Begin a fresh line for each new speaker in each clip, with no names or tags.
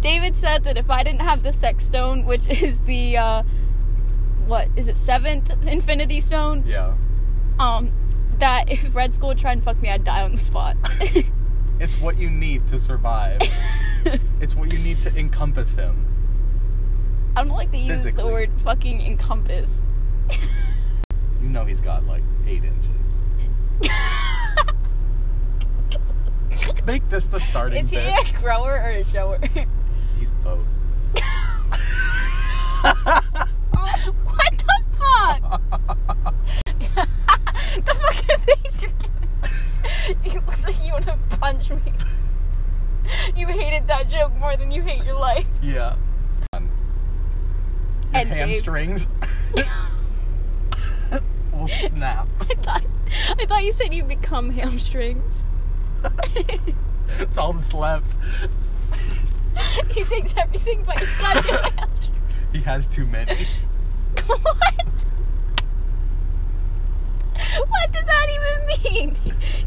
David said that if I didn't have the sex stone, which is the uh, what is it seventh infinity stone,
Yeah.
um, that if Red Skull tried and fuck me, I'd die on the spot.
It's what you need to survive. it's what you need to encompass him.
I don't like that you use the
Physically.
word fucking encompass.
You know he's got like eight inches. Make this the starting
Is he
bit.
a grower or a shower?
He's both.
what the fuck? the fuck are these you're giving? You look like you want to punch me. You hated that joke more than you hate your life.
Yeah. Um, Your
And Dave.
hamstrings will snap.
I thought, I thought you said you become hamstrings.
That's all that's left.
he thinks everything but his goddamn hamstrings.
He has too many.
What? What does that even mean?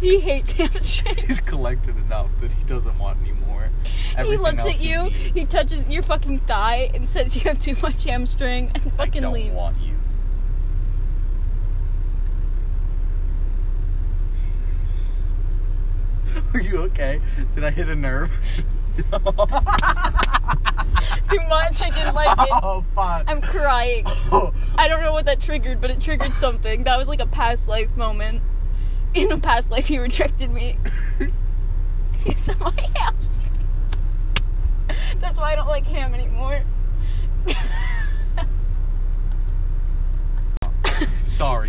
He hates hamstrings.
He's collected enough that he doesn't want any more.
he
Everything
looks
else
at you,
He,
he
needs.
touches your fucking thigh and says you have too much hamstring and
I
fucking
don't
leaves.
want you. Are you okay? Did I hit a nerve?
Too much, I didn't like it.
oh, fuck.
I'm crying.
Oh,
I don't know what that triggered, but it triggered something. That was like a past life moment. In a past life, he rejected me. He's in my hamstrings. That's why I don't like ham anymore.
sorry.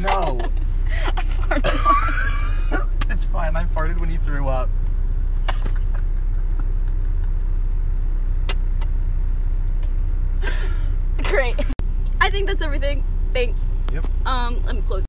no. it's fine. I farted when you threw up.
Great. I think that's everything. Thanks.
Yep.
Um, let me close.